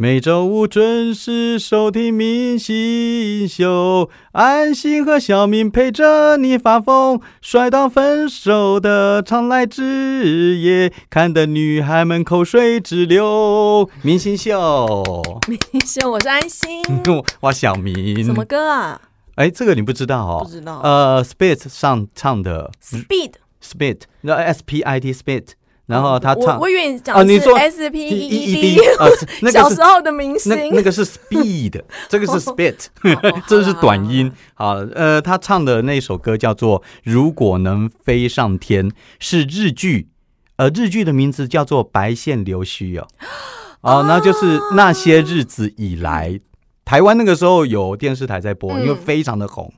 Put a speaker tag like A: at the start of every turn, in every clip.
A: 每周五准时收听《明星秀》，安心和小明陪着你发疯，摔到分手的常来之夜，看得女孩们口水直流。《明星秀》
B: 明星，我是安心。
A: 哇，小明，
B: 什么歌啊？
A: 哎，这个你不知道哦？
B: 不知道
A: 呃，Spit 上唱的
B: Speed，
A: Spit，那 S P I T Spit，然后他
B: 我
A: 唱
B: 我以为你讲
A: 啊你
B: 的是
A: 说
B: S P E
A: E
B: E
A: D
B: D，
A: 啊，是那
B: 小
A: 个是
B: 时候的明
A: 那
B: 星
A: 那。个是 Speed，这个是 Spit，
B: 哦好
A: 这
B: 啦
A: 是
B: 好
A: 短
B: 啦
A: 音。好，呃，他唱的那首歌叫做《如果能飞上天》，是日剧，呃，日剧的名字叫做《白线流须》哦。哦，那就是那些日子以来，台湾那个时候有电视台在播，因为
B: 嗯
A: 非常的红。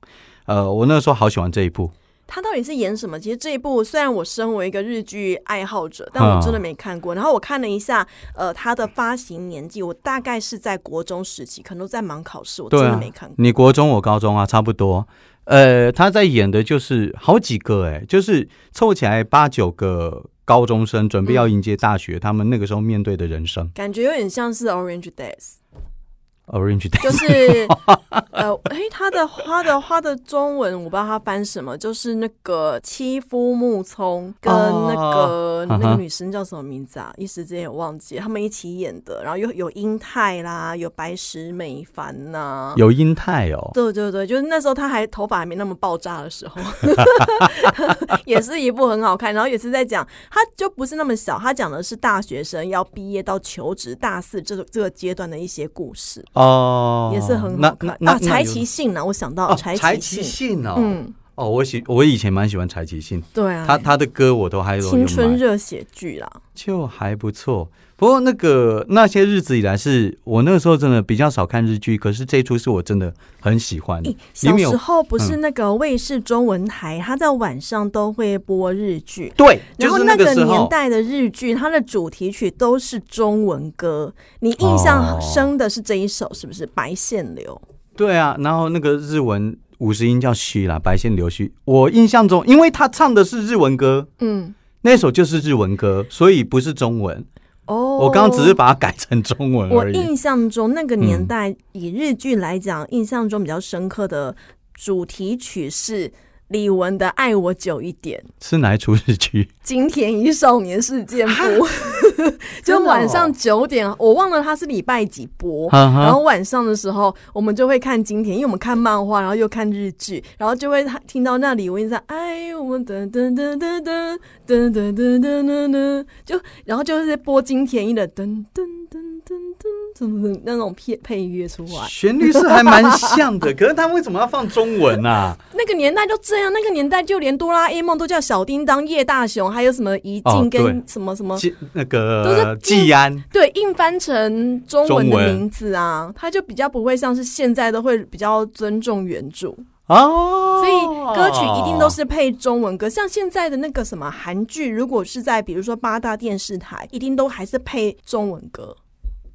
A: 呃，我那时候好喜欢这一部。
B: 他到底是演什么？其实这一部虽然我身为一个日剧爱好
A: 啊
B: 者，但我真的没看过。然后我看了一下，呃，他的发行年纪，我大概是在国中时期，可能都在忙考试，我真
A: 对
B: 的
A: 啊
B: 没看，过。
A: 你国中我高中啊，差不多。呃，他在演的就是好几个哎、就是凑起来八九个高中生，准备要迎接大学，他们那个时候面对的人生。
B: 感觉有点像是 Orange Days，
A: Orange Day
B: 就是呃，诶，他的他的他的中文我不知道他翻什么，就是那个欺夫木聪跟那个、
A: 哦嗯哼
B: 那个女生叫什么名字啊？一时之间也忘记了，他们一起演的，然后有有英泰啦，有白石美帆呐、
A: 有英泰哦，
B: 对对对，就是那时候他还头发还没那么爆炸的时候，也是一部很好看，然后也是在讲，他就不是那么小，他讲的是大学生要毕业到求职大四这个这个阶段的一些故事，
A: 哦，
B: 也是很好
A: 那
B: 看
A: 那
B: 啊。柴崎
A: 崎
B: 幸呢，我想到
A: 哦，
B: 柴
A: 柴崎
B: 幸，
A: 幸哦，
B: 嗯，
A: 哦，我喜我以前蛮喜欢柴崎幸，
B: 对啊，
A: 他他的歌我都还有
B: 青春
A: 买
B: 热血剧啦，
A: 就还不错。不过那个那些日子以来是我那个时候真的比较少看日剧，可是这一出是我真的很喜欢的
B: 咦，。小
A: 嗯面有嗯
B: 时候不是那个卫视中文台，他在晚上都会播日剧，
A: 对，
B: 然
A: 就
B: 后
A: 是
B: 那
A: 个时
B: 年
A: 候。
B: 代的日剧，它的主题曲都是中文歌。你印
A: 哦
B: 象深的是这一首，是不是《白线流
A: 对啊，然后那个日文五十音叫虚啦，白线流虚。我印象中，因为他唱的是日文歌》？，
B: 嗯，
A: 那首就是日文歌，所以不是中文。
B: 哦，
A: 我刚刚只是。把它改成中文
B: 我
A: 而已。嗯
B: 印象中那个年代，以日剧来讲，印象中比较深刻的主题曲是李玟的《爱我久一点》，
A: 是哪一出日剧？
B: 金田一少年事件簿，
A: 真
B: 就
A: 的哦
B: 晚上九点，我忘了它是礼拜几播，
A: 哈哈
B: 然后晚上的时候，我们就会看经典，因为我们看漫画，然后又看日剧，然后就会听到那里我一直在哎，我们噔噔噔噔噔噔噔噔噔噔噔，就然后就是播金田一的噔噔噔噔噔，怎么的那种配配乐出来。
A: 旋律是还蛮像的，可是他为什么要放中文啊？
B: 那个年代就这样，那个年代就连哆啦 A 梦都叫小叮当、叶大雄，还有什么怡
A: 哦
B: 静
A: 对
B: 跟什么什么。
A: 季那
B: 都
A: 个
B: 是
A: 季安，
B: 对，硬翻成中文
A: 中
B: 的
A: 文
B: 名字啊，它就比较不会像是现在都会比较尊重原著，
A: 哦，
B: 所以歌曲一定都是配中文歌。像现在的那个什么韩剧，如果是在比如说八大电视台，一定都还是配中文歌。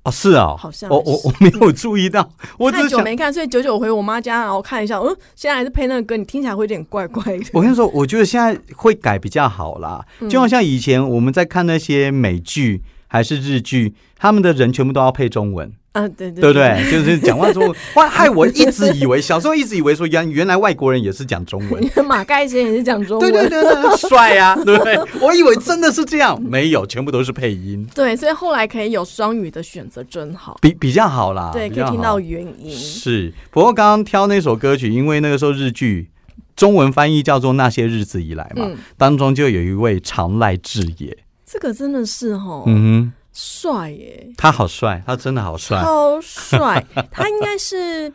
A: 哦，是哦，
B: 好像
A: 我我我没有注意到，我只
B: 太
A: 是
B: 久
A: 想
B: 没看，所以久久回我妈家，然后看一下，嗯，现在还是配那个歌，你听起来会有点怪怪 的。
A: 我跟你说，我觉得现在会改比较好啦。
B: 嗯
A: 就好像以前我们在看那些美剧还是日剧，他们的人全部都要配中文，
B: 啊，对对
A: 对不对？就是讲话 中文，哇，害我一直以为小时候一直以为说原原来外国人也是讲中文。
B: 对， 马盖先也是讲中文。
A: 对对对对，帅呀、 对不对？我以为真的是这样，没有，全部都是配音，
B: 对所以后来可以有双语的选择，真好。
A: 比比较好啦。
B: 对，
A: 啊比
B: 可以
A: 较
B: 听
A: 好
B: 到原音。
A: 是，不过刚刚挑那首歌曲，因为那个时候日剧中文翻译叫做《那些日子以来》嘛，
B: 嗯
A: 当中就有一位长濑智也，
B: 这个真的是哦，
A: 嗯哼，
B: 帅耶，
A: 他好帅，他真的好帅，
B: 超 帅！他应该是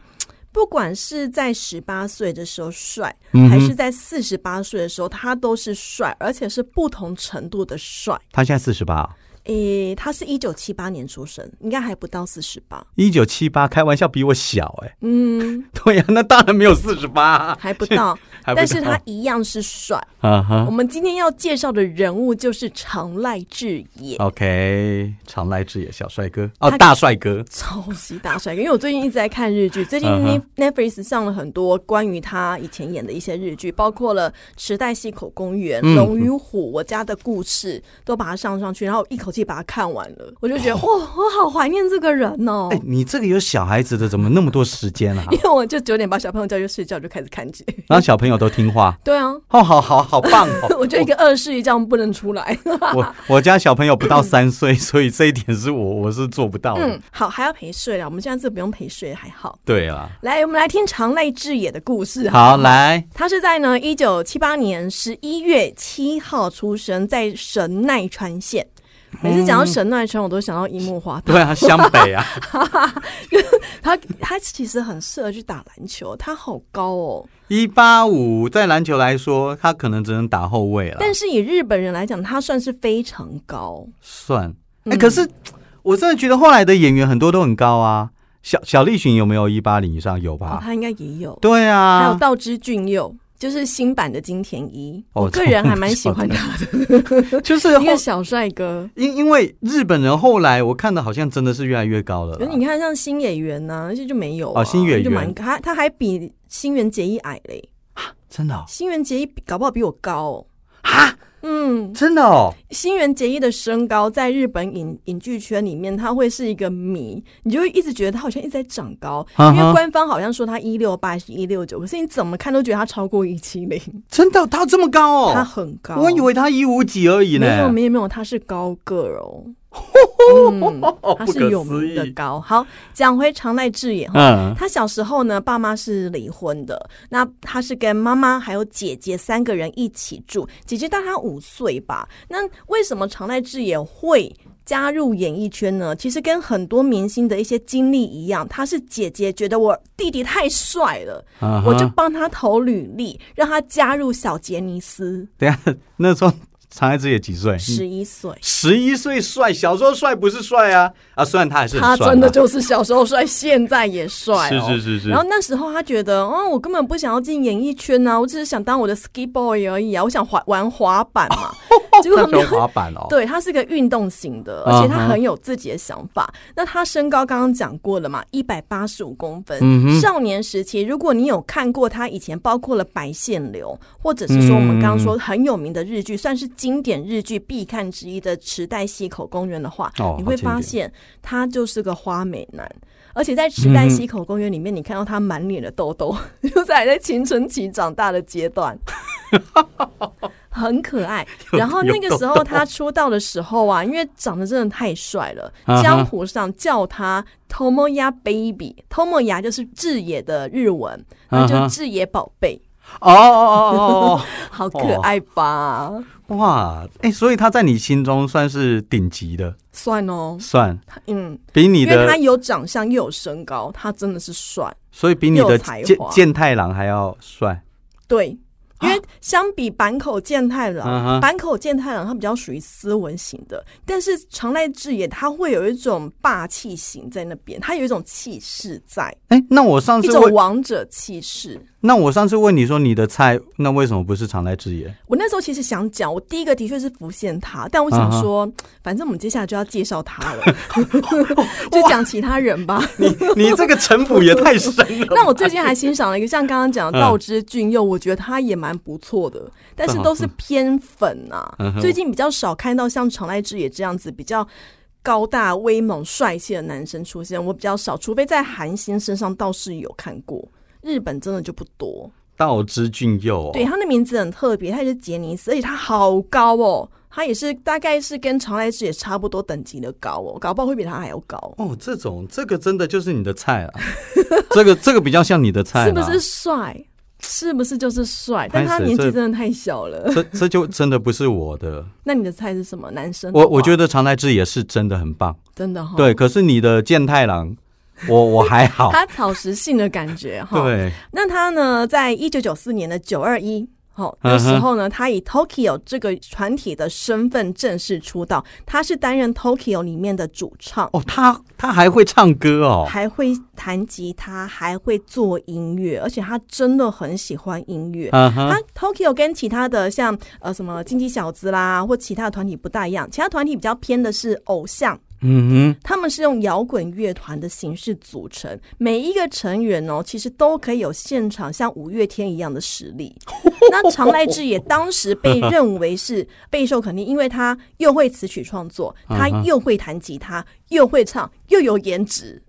B: 不管是在十八岁的时候帅，
A: 嗯
B: 还
A: 哼
B: 是在四十八岁的时候，他都是帅，而且是不同程度的帅。
A: 他现在四十八，
B: 诶、他是一九七八年出生，应该还不到四十八。
A: 一九七八，开玩笑比我小哎、
B: 嗯，
A: 对呀、那当然没有四十八，
B: 还不到，
A: 还不
B: 但是
A: 到
B: 他一样是帅。
A: 啊哈
B: 我们今天要介绍的人物就是长濑智也。
A: ，OK，长濑智也小帅哥哦，
B: 他
A: 大帅哥，
B: 超级大帅哥，因为我最近一直在看日剧，最近
A: 嗯
B: Net-
A: 哼
B: Netflix 上了很多关于他以前演的一些日剧，包括了《池袋西口公园》
A: 嗯
B: 龙与虎》《我家的故事》，都把它上上去，然后一口口气把它看完了，我就觉得 哇、我好怀念这个人哦。
A: 哎、你这个有小孩子的怎么那么多时间啊？
B: 因为我就九点把小朋友叫去睡觉，就开始看 剧。
A: 然后小朋友都听话，
B: 对啊，！
A: 哦，好好好棒哦
B: 我就一个二十一这样不能出来。
A: 我我家小朋友不到三岁，所以这一点是我我是做不到的。
B: 嗯， 好，还要陪睡了。我们现在这不用陪睡，还好。
A: 对啦，
B: 来，我们来听长濑智也的故事。
A: 好，来，
B: 他是在呢一九七八年十一月七号出生，在神奈川县。
A: 哦
B: 每次讲到神奈川，我都想到樱木花道。
A: 对啊，湘北 啊，
B: 他他其实很适合去打篮球，他好高哦。
A: 一八五在篮球来说，他可能只能打后卫了，
B: 但是以日本人来讲，他算是非常高。
A: 算。
B: 嗯
A: 哎、可是我真的觉得后来的演员很多都很高啊。小小栗旬有没有一八零以上？有
B: 哦
A: 吧？
B: 他应该也有。
A: 啊对
B: 还有
A: 啊，
B: 道之俊佑，就是新版的金田一，
A: 哦
B: 我个人还蛮喜欢他
A: 就是
B: 一
A: 后
B: 个小帅哥。
A: 因因为日本人后来我看的好像真的是越来越高了
B: 可
A: 啦
B: 是。你看，像新演员呐、那些就没有啊，
A: 哦新演员
B: 就蛮他他还比新垣结衣矮嘞，
A: 真的、哦、
B: 新垣结衣比搞不好比我高、哦。
A: 哈，
B: 嗯，
A: 真的哦，
B: 新垣结衣的身高在日本影影剧圈里面，他会是一个谜，你就会一直觉得他好像一直在长高，
A: 啊哈
B: 因为官方好像说他一六八是一六九，可是你怎么看都觉得他超过一七零，
A: 真的哦他这么高
B: 他
A: 哦，
B: 很高。
A: 我以为他一五几而已呢。
B: 没有没有没有，他是高个儿 哦，嗯，他
A: 哦不可
B: 是有
A: 思
B: 名的
A: 议
B: 高。好，讲回长濑智也哈，
A: 嗯，
B: 他小时候呢，爸妈是离婚的，那他是跟妈妈还有姐姐三个人一起住，姐姐大他五岁吧。那为什么常濑智也会？加入演艺圈呢，其实跟很多明星的一些经历一样，他是姐姐觉得我弟弟太帅了，
A: 啊哈
B: 我就帮他投履历，让他加入小杰尼斯，
A: 等一下那时候常爱之也几岁？
B: 十一岁。
A: 十一岁帅，小时候帅不是帅啊啊！虽然他还是
B: 他
A: 很帅啦，
B: 真的就是小时候帅，现在也帅、哦。
A: 是是是是
B: 然后那时候他觉得，哦，我根本不想要进演艺圈啊，我只是想当我的 ski boy 而已啊，我想滑玩滑板 嘛。 结果
A: 他
B: 没
A: 喜欢
B: 有。
A: 滑板哦，
B: 对，他是个运动型的，而且
A: 啊
B: 他
A: 哈
B: 很有自己的想法。那他身高刚刚讲过了嘛，一百八十五公分。
A: 嗯哼
B: 少年时期，如果你有看过他以前包括了《白线流》，或者是说我们刚刚说很有名的日剧，算是经典日剧必看之一的《池袋西口公园》的话，
A: 哦
B: 你
A: 好
B: 会
A: 经典
B: 发现他就是个花美男。而且在池袋
A: 嗯
B: 西口公园里面，你看到他满脸的痘 痘，就在还在青春期长大的阶段， 很可爱。然后那个时候他出道的时候啊，因为长得真的太帅了，
A: 啊哈
B: 江湖上叫他 Tomoya Baby，Tomoya 就是智野的日文，那就
A: 啊哈
B: 智野宝贝，
A: 哦哦哦
B: 好可爱吧？
A: 哦，哇，哎，所以他在你心中算是顶级的，
B: 算哦，
A: 算
B: 嗯，
A: 比你
B: 因为他
A: 的，
B: 有长相又有身高，他真的是帅。
A: 所以比你的
B: 有才
A: 健
B: 华
A: 健太郎还要帅。
B: 对，因为相比坂口健太
A: 啊嗯
B: 郎，
A: 哼
B: 坂、口健太郎他比较属于斯文型的，但是长濑智也他会有一种霸气型在那边，他有一种气势在，
A: 哎，那我上
B: 一
A: 次
B: 种
A: 问，
B: 王者气势。
A: 那我上次问你说你的菜，那为什么不是常来之 野？
B: 我那时候其实想讲，我第一个的确是浮现他，但我
A: 啊
B: 想说反正我们接下来就要介绍他 了， 就讲其他人吧。
A: 你你这个城府也太深了
B: 。那我最近还欣赏了一个，像刚刚讲的
A: 嗯
B: 道之俊佑，我觉得他也蛮不错的，但是都是偏粉啊
A: 嗯。哼
B: 最近比较少看到像常濑智也这样子比较高大、威猛、帅气的男生出现，我比较少，除非在韩星身上倒是有看过。日本真的就不多，
A: 道之俊佑哦，
B: 对他的名字很特别，他也是杰尼斯，而且他好高哦，他也是大概是跟常濑智也差不多等级的高哦，搞不好会比他还要高，
A: 哦，这种这个真的就是你的菜了， 这个这个比较像你的菜啦，
B: 是不是帅？是不是就是帅？但他
A: 拍死
B: 年纪
A: 这
B: 真的太小了。
A: 这这就真的不是我的，
B: 那你的菜是什么？男生的话？
A: 我我觉得常来之也是真的很棒，
B: 真的哈，，
A: 对。可是你的健太郎，我我还好，
B: 他草食性的感觉哈。，
A: 对，
B: 那他呢，在一九九四年的九二一。哦，
A: 嗯哼
B: 那时候呢，他以 Tokyo 这个团体的身份正式出道，他是担任 Tokyo 里面的主唱，
A: 哦，他他还会唱歌哦，
B: 还会弹吉他，还会做音乐，而且他真的很喜欢音乐。
A: 嗯哼，
B: 他啊 Tokyo 跟其他的像呃什么经济小子啦，或其他的团体不大一样，其他团体比较偏的是偶像
A: 嗯哼，
B: 他们是用摇滚乐团的形式组成，每一个成员哦，其实都可以有现场像五月天一样的实 力。那常来志也当时被认为是 备受肯定，因为他又会词曲创作，
A: 嗯
B: 他又会弹吉他，又会唱，又有颜值。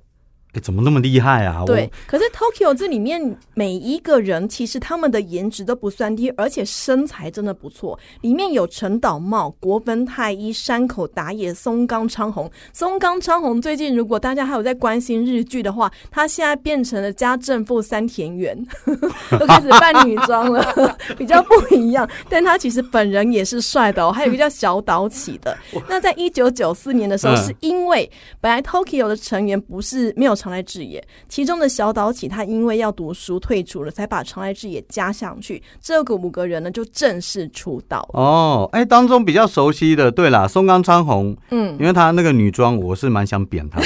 A: 诶怎么那么厉害啊？我
B: 对，，可是 Tokyo 这里面每一个人其实他们的颜值都不算低，而且身材真的不错。里面有陈岛茂、国分太一、山口达也、松冈昌宏。松冈昌宏最近如果大家还有在关心日剧的话，他现在变成了家政妇三田园， 都开始扮女装了， 比较不一样。但他其实本人也是帅的哦。还有一个叫小岛起的，那在一九九四年的时候，
A: 嗯
B: 是因为本来 Tokyo 的成员不是没有常来志也，其中的小岛起他因为要读书退出了，才把常来志也加上去。这个五个人呢就正式出道。
A: 哦，哎，当中比较熟悉的，对啦，松冈昌宏，
B: 嗯，
A: 因为他那个女装，我是蛮想扁他的。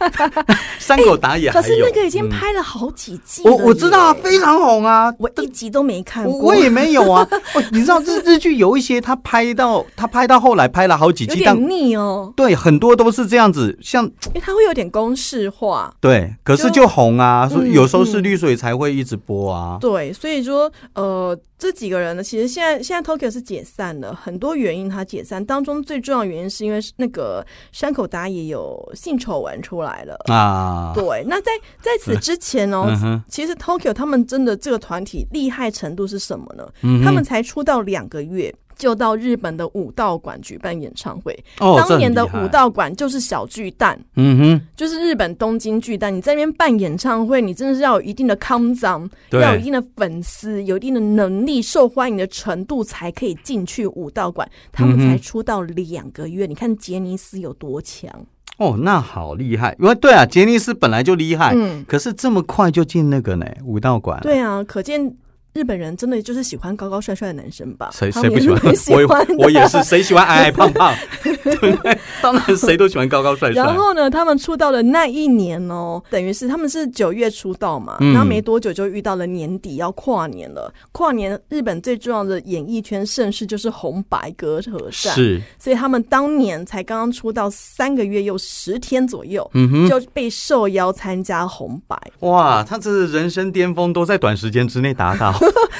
A: 山口达也哎还
B: 可是
A: 有，嗯
B: 那个已经拍了好几季了
A: 我
B: 耶、
A: 我知道啊，非常红啊。
B: 我一集都没看
A: 我
B: 过，
A: 我也没有啊，哦，你知道日日剧有一些，他拍到他拍到后来拍了好几
B: 有
A: 季，但
B: 点腻哦，
A: 对很多都是这样子，像
B: 因为它会有点公式化。
A: 对，可是
B: 就
A: 就红啊，所以
B: 嗯
A: 有收视
B: 嗯
A: 率，所以才会一直播啊。
B: 对，所以说，呃，这几个人呢，其实现在现在 Tokyo 是解散了，很多原因它解散，当中最重要的原因是因为那个山口达也有性丑闻出来了。
A: 啊，
B: 对，那在在此之前哦，
A: 嗯哼，
B: 其实 Tokyo 他们真的这个团体厉害程度是什么呢？
A: 嗯哼
B: 他们才出道两个月。就到日本的武道馆举办演唱会，
A: 哦
B: 当年的
A: 这很厉害
B: 武道馆就是小巨蛋，
A: 嗯哼，
B: 就是日本东京巨蛋。你在那边办演唱会，你真的是要有一定的康张，
A: 对
B: 要有一定的粉丝，有一定的能力，受欢迎的程度才可以进去武道馆。他们
A: 嗯哼
B: 才出道两个月，你看杰尼斯有多强？
A: 哦，那好厉害，因为对啊，杰尼斯本来就厉害，
B: 嗯
A: 可是这么快就进那个呢武道馆，，
B: 对啊，可见日本人真的就是喜欢高高帅帅的男生吧？
A: 谁
B: 他
A: 谁
B: 们
A: 不
B: 也
A: 喜
B: 是
A: 欢
B: 蛮？喜欢的
A: 我我 也是，谁喜欢矮矮胖胖？对不对？当然谁都喜欢高高帅帅
B: 然。后呢，他们出道的那一年哦，等于是他们是九月出道嘛，
A: 嗯
B: 然后没多久就遇到了年底要跨年了。跨年日本最重要的演艺圈盛事就是红白歌合战，
A: 是，
B: 所以他们当年才刚刚出道三个月又十天左右，
A: 嗯哼，
B: 就被受邀参加红白，
A: 哇，他这人生巅峰都在短时间之内达到，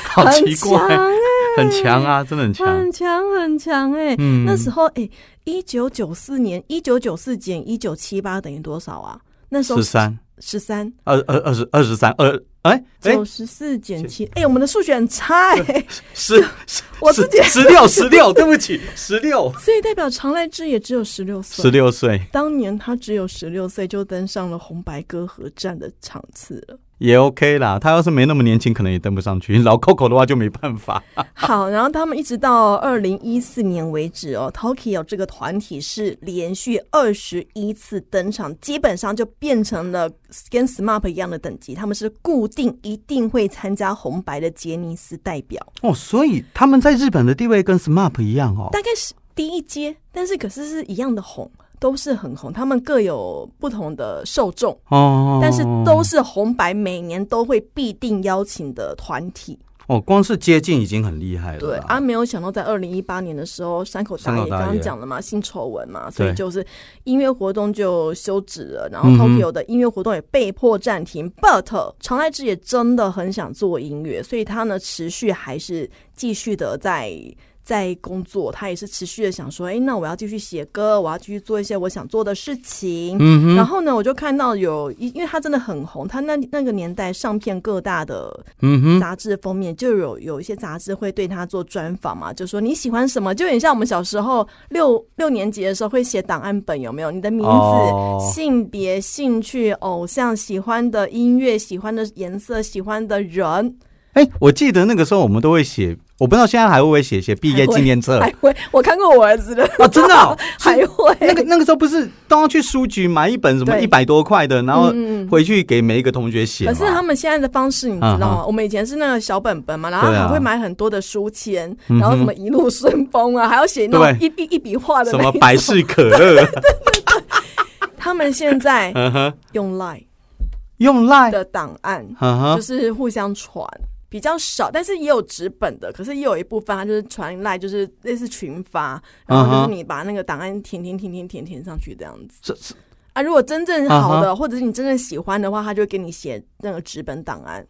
A: 好
B: 很
A: 奇怪
B: 强，哎、
A: 很强啊，真的很强。
B: 很强很强哎、
A: 嗯，
B: 那时候哎，一九九四年，一九九四减一九七八等于多少啊？那时候
A: 十三、
B: 十三，
A: 二二二十二十三、二哎哎
B: 九十四减七，哎，我们的数学很差哎、
A: 十，十
B: 我自己
A: 十六十六，对不起，十六
B: 所以代表常来之也只有十六岁。
A: 十六岁
B: 当年他只有十六岁就登上了红白歌合战的场次了。
A: 也 OK 啦。他要是没那么年轻，可能也登不上去。老 Coco 的话就没办法。
B: 好，然后他们一直到二零一四年为止哦，Tokyo 这个团体是连续二十一次登场，基本上就变成了跟 SMAP 一样的等级，他们是固定一定会参加红白的杰尼斯代表，
A: 哦，所以他们在日本的地位跟 SMAP 一样哦。
B: 大概是第一阶，但是可是是一样的红，都是很红，他们各有不同的受众，
A: 哦，
B: 但是都是红白每年都会必定邀请的团体。
A: 哦，光是接近已经很厉害了
B: 对
A: 啦。
B: 啊，没有想到在二零一八年的时候，山口大
A: 山
B: 爷
A: 口大
B: 刚
A: 爷
B: 刚讲了嘛，性丑闻嘛，所以
A: 对
B: 就是音乐活动就休止了，然后
A: 嗯哼
B: Tokyo 的音乐活动也被迫暂停。But 常来志也真的很想做音乐，所以他呢持续还是继续的在。在工作，他也是持续的想说，哎、那我要继续写歌，我要继续做一些我想做的事情。
A: 嗯哼，
B: 然后呢，我就看到有，因因为他真的很红，他那那个年代上片各大的
A: 嗯哼，
B: 杂志封面就有有一些杂志会对他做专访嘛，就说你喜欢什么，就有点像我们小时候六六年级的时候会写档案本，有没有？你的名字、
A: 哦
B: 性别、兴趣、偶像、喜欢的音乐、喜欢的颜色、喜欢的人，
A: 哎，我记得那个时候我们都会写，我不知道现在还会不会写写毕业纪念册
B: 还会我看过我儿子的，
A: 哦，真的哦。
B: 还会
A: 那个那个时候不是都要去书局买一本什么
B: 对
A: 一百多块的，然后
B: 嗯嗯
A: 回去给每一个同学写嘛。
B: 可是他们现在的方式你知道吗？我们以前是那个小本本嘛，然后
A: 啊对啊嗯
B: 还会买很多的书签，然后什么一路顺风啊，还要写那种一
A: 对
B: 笔一笔画的
A: 什
B: 那
A: 么
B: 一种
A: 百事可 乐，
B: 他们 现在
A: 呵呵
B: 用 Line
A: 用 Line，
B: 的档案
A: 呵
B: 就
A: 呵，
B: 是互相传，比较少，但是也有纸本的，可是也有一部分它就是传来，就是类似群发，然
A: 嗯
B: 后就
A: 哼
B: 是你把那个档案填填填填填填上去这样子。
A: 这是
B: 啊，如果真正好
A: 嗯
B: 的，或者是你真正喜欢的话，他就会给你写那个纸本档案。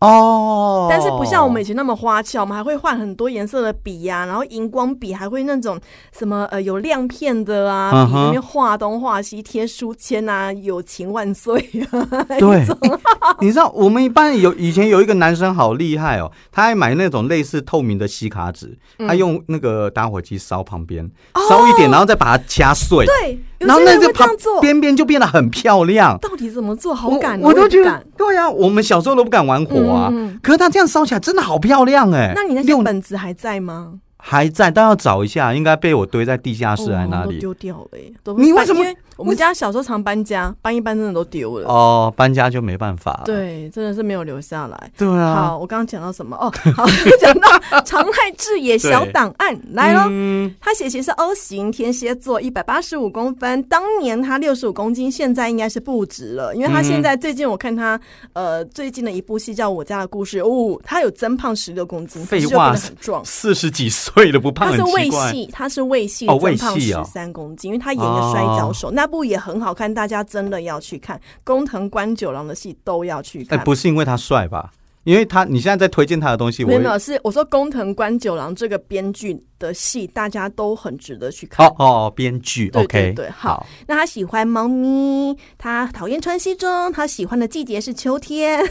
A: 哦，
B: 但是不像我们以前那么花俏，我们还会换很多颜色的笔呀、然后荧光笔还会那种什么呃有亮片的啊，
A: 嗯
B: 笔
A: 哼
B: 那边画东画西贴书签啊，友情万岁啊，
A: 对， 你知道我们一般有以前有一个男生好厉害哦，他还买那种类似透明的吸卡纸，
B: 嗯
A: 他用那个打火机烧旁边，烧一点，然后再把它掐碎，
B: 哦对，有
A: 然后
B: 些
A: 那
B: 人
A: 个
B: 会这
A: 旁
B: 样做，
A: 边边就变得很漂亮。
B: 到底怎么做？好感哦，
A: 我我都
B: 也
A: 觉
B: 不
A: 得
B: 敢。
A: 对啊，我们小时候都不敢玩火啊，
B: 嗯嗯嗯
A: 可是他这样烧起来真的好漂亮哎、
B: 那你那些
A: 六
B: 本子还在吗？
A: 还在，但要找一下，应该被我堆在地下室还
B: 哦
A: 是哪
B: 都
A: 里？
B: 丢掉了耶？都
A: 你为什么
B: 因我们家小时候常搬家，搬一搬真的都丢了。
A: 哦，搬家就没办法了。
B: 对，真的是没有留下来。
A: 对啊，
B: 好，我刚刚讲到什么？哦，好， 讲到常濑智也小档案来喽。
A: 嗯，
B: 他血型是 O 型，天蝎座，一百八十五公分。当年他六十五公斤，现在应该是不值了，因为他现在最近我看他，呃，最近的一部戏叫《我家的故事》，哦，他有增胖十六公斤，
A: 废
B: 可是就
A: 话
B: 变得很壮。
A: 四十几岁了不胖
B: 他
A: 很
B: 是
A: 奇
B: 胃
A: 怪。
B: 系，他是胃系
A: 哦
B: 增胖
A: 胃系
B: 十
A: 哦
B: 三公斤，因为他演一个摔跤手，那部也很好看，大家真的要去看。工藤官九郎的戏都要去
A: 哎、
B: 看。
A: 不是因为他帅吧？因为他，你现在在推荐他的东西，我
B: 没
A: 也
B: 有没有，是我说工藤官九郎这个编剧的戏，大家都很值得去看。
A: 哦哦，编剧
B: 对
A: OK，
B: 对对好，那他喜欢猫咪，他讨厌穿西装，他喜欢的季节是秋天。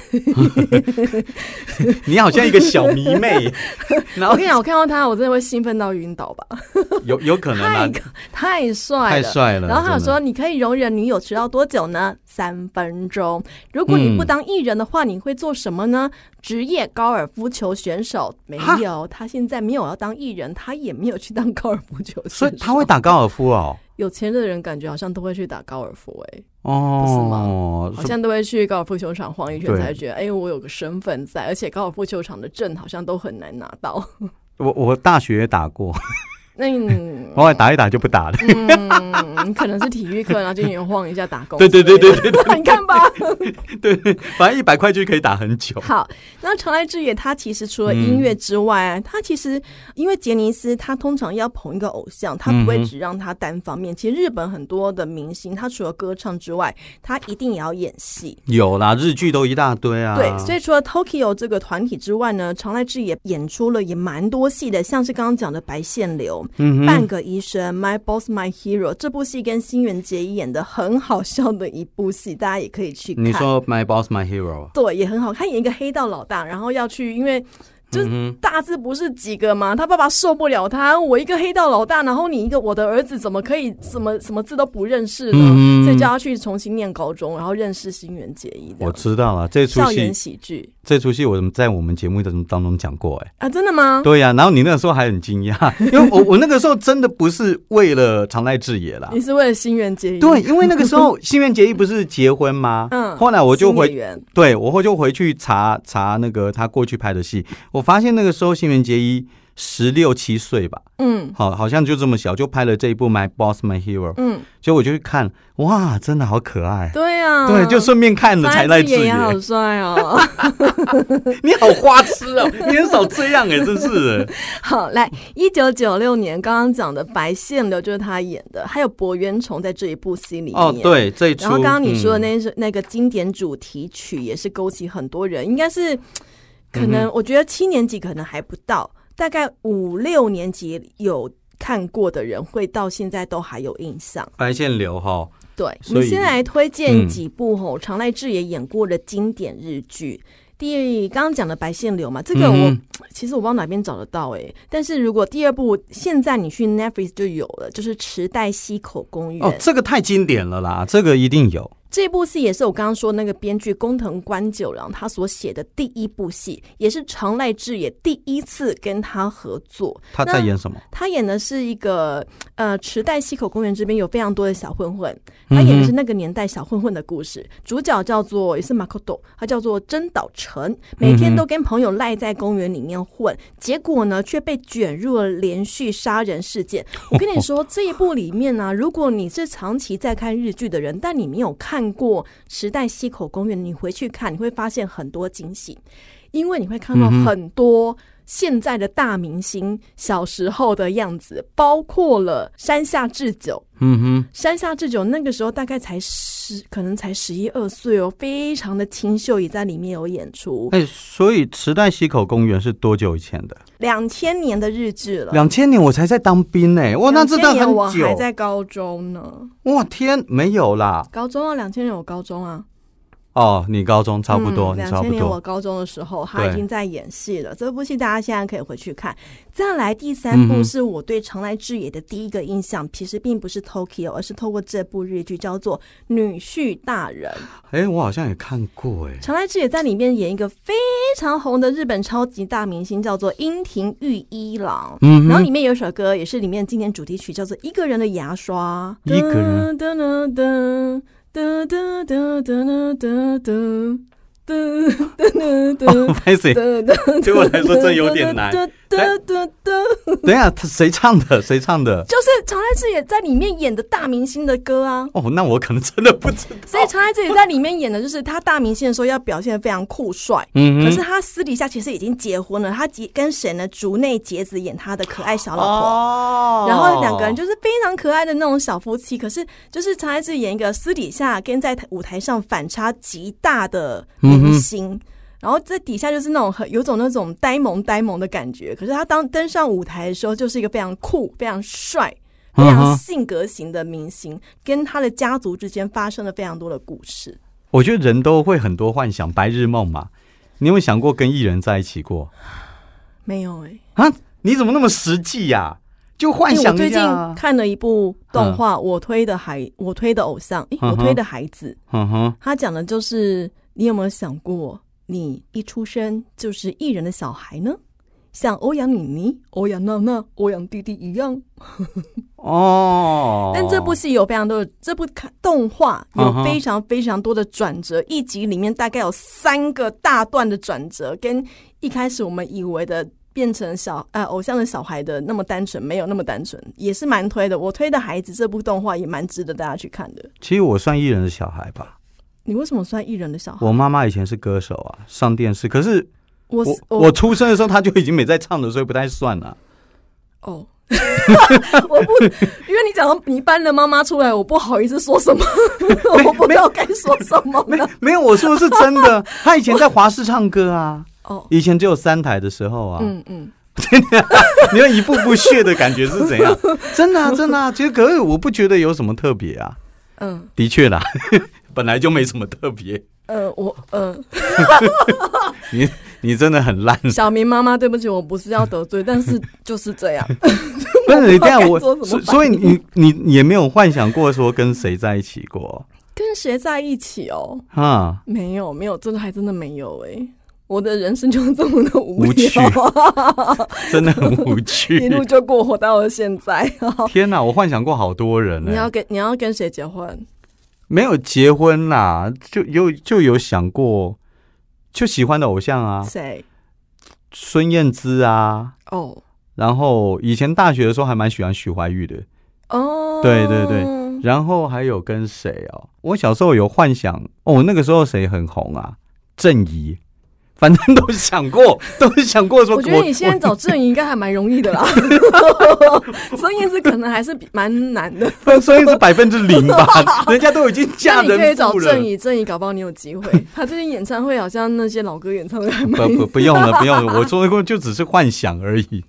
A: 你好像一个小迷 妹，然
B: 我
A: 后
B: 跟你讲，我看到他，我真的会兴奋到晕倒吧，
A: 有有可能啊
B: 太，太帅
A: 太
B: 了。
A: 帅了。
B: 然后他有
A: 真的
B: 说，你可以容忍女友迟到多久呢？三分钟。如果你不当艺人的话，你会做什么呢？职业高尔夫球选手没有，他现在没有要当艺人，他也没有去当高尔夫球选手。
A: 所以他会打高尔夫哦，
B: 有钱的人感觉好像都会去打高尔夫、哎，
A: 哦，
B: 好像都会去高尔夫球场晃一圈，
A: 对
B: 才觉得哎、我有个身份在，而且高尔夫球场的证好像都很难拿到。
A: 我我大学也打过，
B: 嗯 那你
A: 偶尔打一打就不打了。
B: 嗯，你可能是体育课，然后进去晃一下打工。
A: 对对对对，对
B: 那 你看吧。
A: 反正一百块就可以打很久。
B: 好，那常来之也，他其实除了音乐
A: 嗯
B: 之外，他其实因为杰尼斯，他通常要捧一个偶像，他不
A: 嗯
B: 会
A: 哼
B: 只让他单方面。其实日本很多的明星，他除了歌唱之外，他一定也要演戏。
A: 有啦，日剧都一大堆啊。
B: 对，所以除了 Tokyo 这个团体之外呢，常来智也演出了也蛮多戏的，像是刚刚讲的《白线流》
A: 嗯
B: 半个医生》、《My Boss My Hero》这部戏，跟新垣结衣演的很好笑的一部戏，大家也可以去看。
A: 你说 My Boss My Hero，啊
B: 对，也很好，他演一个黑道老大，然后要去，因为就是
A: 嗯
B: 大字不是几个嘛，他爸爸受不了他，我一个黑道老大，然后你一个我的儿子，怎么可以什么什么字都不认识呢？
A: 嗯
B: 所以叫他去重新念高中，然后认识新垣结衣这
A: 我
B: 样。
A: 知道了，这出
B: 校
A: 戏
B: 园喜剧
A: 这出戏我怎么在我们节目当当中讲过哎、
B: 啊，真的吗？
A: 对呀、然后你那个时候还很惊讶， 因为我我那个时候真的不是为了常濑智也啦
B: 你，是为了新垣结衣？
A: 对，，因为那个时候新垣结衣不是结婚吗？
B: 嗯
A: 后啊来我就
B: 新演
A: 回，
B: 员
A: 对我后就回去查查那个他过去拍的戏，我发现那个时候新垣结衣十六七岁吧，
B: 嗯
A: 好好像就这么小就拍了这一部《My Boss My Hero》，
B: 嗯，
A: 所以我就去看，哇，真的好可爱。
B: 对啊，
A: 对，就顺便看了才
B: 张
A: 来
B: 爱
A: 智
B: 志
A: 也
B: 也。好帅哦。
A: 你好花痴哦，你很少这样哎、真是。
B: 好，来，一九九六年刚刚讲的《白线流》就是他演的，还有柏原崇在这一部戏里面。
A: 哦，。对，这一出。
B: 然后刚刚你说的
A: 嗯
B: 那首、那个经典主题曲，也是勾起很多人，应该是
A: 嗯
B: 可能、我觉得七年级可能还不到，大概五六年级有看过的人，会到现在都还有印象。
A: 白线流哈，
B: 对，我
A: 所
B: 们
A: 以
B: 先来推
A: 嗯
B: 荐几部吼、常来智也演过的经典日剧。第刚刚讲的《白线流》嘛，这个我、
A: 嗯
B: 其实我不知道哪边找得到哎、但是如果第二部现在你去 Netflix 就有了，就是《池袋西口公园》
A: 哦，这个太经典了啦，这个一定有。
B: 这部戏也是我刚刚说那个编剧工藤官九郎他所写的第一部戏，也是长濑智也第一次跟他合作。
A: 他在演什么？
B: 他演的是一个呃，池袋西口公园这边有非常多的小混混，
A: 嗯
B: 他演的是那个年代小混混的故事。主角叫做也是马可多，他叫做真岛诚，每
A: 嗯
B: 天都跟朋友赖在公园里面混，结果呢却被卷入了连续杀人 事件。我跟你说，这一部里面呢、如果你是长期在看日剧的人，但你没有看看过池袋西口公园，你回去看，你会发现很多惊喜，因为你会看到
A: 嗯哼
B: 很多现在的大明星小时候的样子，包括了山下智久。
A: 嗯
B: 山下智久那个时候大概才十，可能才十一二岁哦，非常的清秀，也在里面有演出
A: 哼，。哎、所以池袋西口公园是多久以前的？
B: 两千年的日剧了，
A: 两千年我才在当兵呢、哇，那真的
B: 2000年我
A: 很久
B: 还。在高中呢，
A: 哇，天，没有啦。
B: 高中啊，两千年我高中啊，
A: 哦，你高中差不多，
B: 嗯
A: 你
B: 两
A: 差
B: 千
A: 不
B: 年我
A: 多。
B: 高中的时候，他已
A: 对
B: 经在演戏了。这部戏大家现在可以回去看。再来第三
A: 嗯
B: 部
A: 哼
B: 是我对长来智也的第一个印象，其实并不是 Tokyo，而是透过这部日剧叫做《女婿大人》。
A: 哎、我好像也看过、哎，
B: 长来智也在里面演一个非常红的日本超级大明星，叫做樱庭玉一郎。
A: 嗯
B: 然
A: 哼，
B: 后里面有一首歌，也是里面今年主题曲，叫做《一个人的牙刷》。
A: 一个人
B: 噔噔噔噔噔噔噔噔噔噔噔噔
A: 哦，
B: 噔。
A: 拍谁？对我来说这有点难
B: 噔噔噔噔，
A: 等一下，他谁唱的？谁唱的？
B: 就是常来智也在里面演的大明星的歌啊，
A: 哦，那我可能真的不知道。
B: 所以常来智也在里面演的就是他大明星的时候要表现得非常酷帅，
A: 嗯
B: 可
A: 哼
B: 是他私底下其实已经结婚了，他结跟谁呢？竹内结子演他的可爱小老婆。
A: 哦
B: 然后两个人就是非常可爱的那种小夫妻，可是就是常来智演一个私底下跟在舞台上反差极大的明星，
A: 嗯
B: 然后在底下就是那种很有种那种呆萌呆萌的感觉，可是他当登上舞台的时候，就是一个非常酷、非常帅、非
A: 嗯
B: 常
A: 哼
B: 性格型的明星，跟他的家族之间发生了非常多的故事。
A: 我觉得人都会很多幻想，白日梦嘛。你有没有想过跟艺人在一起过
B: 没有哎、
A: 啊？你怎么那么实际呀、就幻
B: 因为
A: 想
B: 哎我
A: 一
B: 最近
A: 下啊。
B: 看了一部动画，我推的孩，我推的偶像，诶，我
A: 嗯哼
B: 推的孩子，
A: 嗯哼，
B: 他讲的就是你有没有想过，你一出生就是艺人的小孩呢？像欧阳妮妮、欧阳娜娜、欧阳弟弟一样。
A: 哦。
B: 但这部戏有非常多的，这部看动画
A: 嗯
B: 有
A: 哼
B: 非常非常多的转折，一集里面大概有三个大段的转折，跟一开始我们以为的。变成小呃偶像的小孩的那么单纯，没有那么单纯，也是蛮推的。我推的孩子这部动画也蛮值得大家去看的。
A: 其实我算艺人的小孩吧。
B: 你为什么算艺人的小孩？
A: 我妈妈以前是歌手啊，上电视。可是
B: 我
A: 我我出生的时候，她就已经没在唱了，所以不太算啊了。
B: 哦，我不，因为你讲到你搬了妈妈出来，我不好意思说什么， 我不知道该说什么
A: 没
B: 了。
A: 没有，我说的是真 的。她以前在华视唱歌啊，
B: 哦，
A: 以前只有三台的时候啊，
B: 嗯嗯，
A: 你看一步步屑的感觉是怎 样？真的啊，真的啊。其实可是我不觉得有什么特别啊。
B: 嗯
A: 的确啦， 本来就没什么特别。
B: 呃，我呃，
A: 你你真的很烂。
B: 小明妈妈，对不起，我不是要得罪，但是就是 这样。
A: 不是你这样，我
B: 我不知道
A: 所
B: 该做什么
A: 所以你你你也没有幻想过说跟谁在一起过
B: 跟谁在一起哦？
A: 啊？
B: 没有，没有，真的还真的没有哎、我的人生就是这么的无
A: 无趣
B: 聊，
A: 真的很无
B: 一
A: 趣。
B: 路就过活到了现在。
A: 天哪，我幻想过好多人呢、
B: 你要跟你要跟谁结婚？
A: 没有结婚啦，就有就有想过，就喜欢的偶像啊，
B: 谁？
A: 孙燕姿啊，
B: 哦
A: 然后以前大学的时候还蛮喜欢许怀玉的，
B: 哦，
A: 对对对然后还有跟谁哦？我小时候有幻想哦，那个时候谁很红啊？郑怡，反正都想过， 都想过说，
B: 我觉得你现在找郑怡应该还蛮容易的啦， 孙燕姿可能还是比蛮难的。
A: 我所以是百分之零 吧，人家都已经嫁
B: 那你可以
A: 人
B: 找
A: 妇了
B: 郑。怡，郑怡搞不好你有机会。她最近演唱会好像那些老歌演唱会还蛮
A: 不……不不用了，不用了，我说过就只是幻想而已，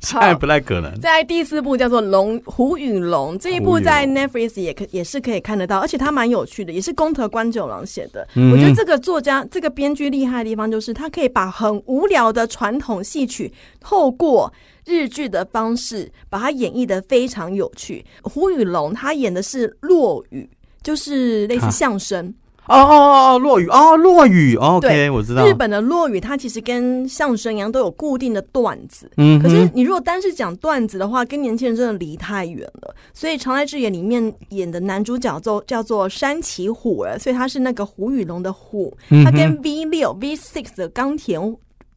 A: 现在
B: 好
A: 不太可能。
B: 在第四部叫做《龙虎与龙》这一部在 Netflix 也可也是可以看得到，而且它蛮有趣的，也是宫藤官九郎写的。
A: 嗯
B: 我觉得这个作家、这个编剧厉害的地方，就是他可以把很无聊的传统戏曲，透过日剧的方式把它演绎的非常有趣。虎与龙他演的是落语，就是类似
A: 啊
B: 相声。
A: 哦哦哦哦，落雨哦，落雨，OK，
B: 对
A: 我知道
B: 日。本的落语，它其实跟相声一样，都有固定的段子。
A: 嗯
B: 可是
A: 哼，
B: 你如果单是讲段子的话，跟年轻人真的离太远了。所以《常来之眼》里面演的男主角叫叫做山崎
A: 嗯
B: 虎儿，所以他是那个虎与龙的虎，他跟 V 六、V six 的钢铁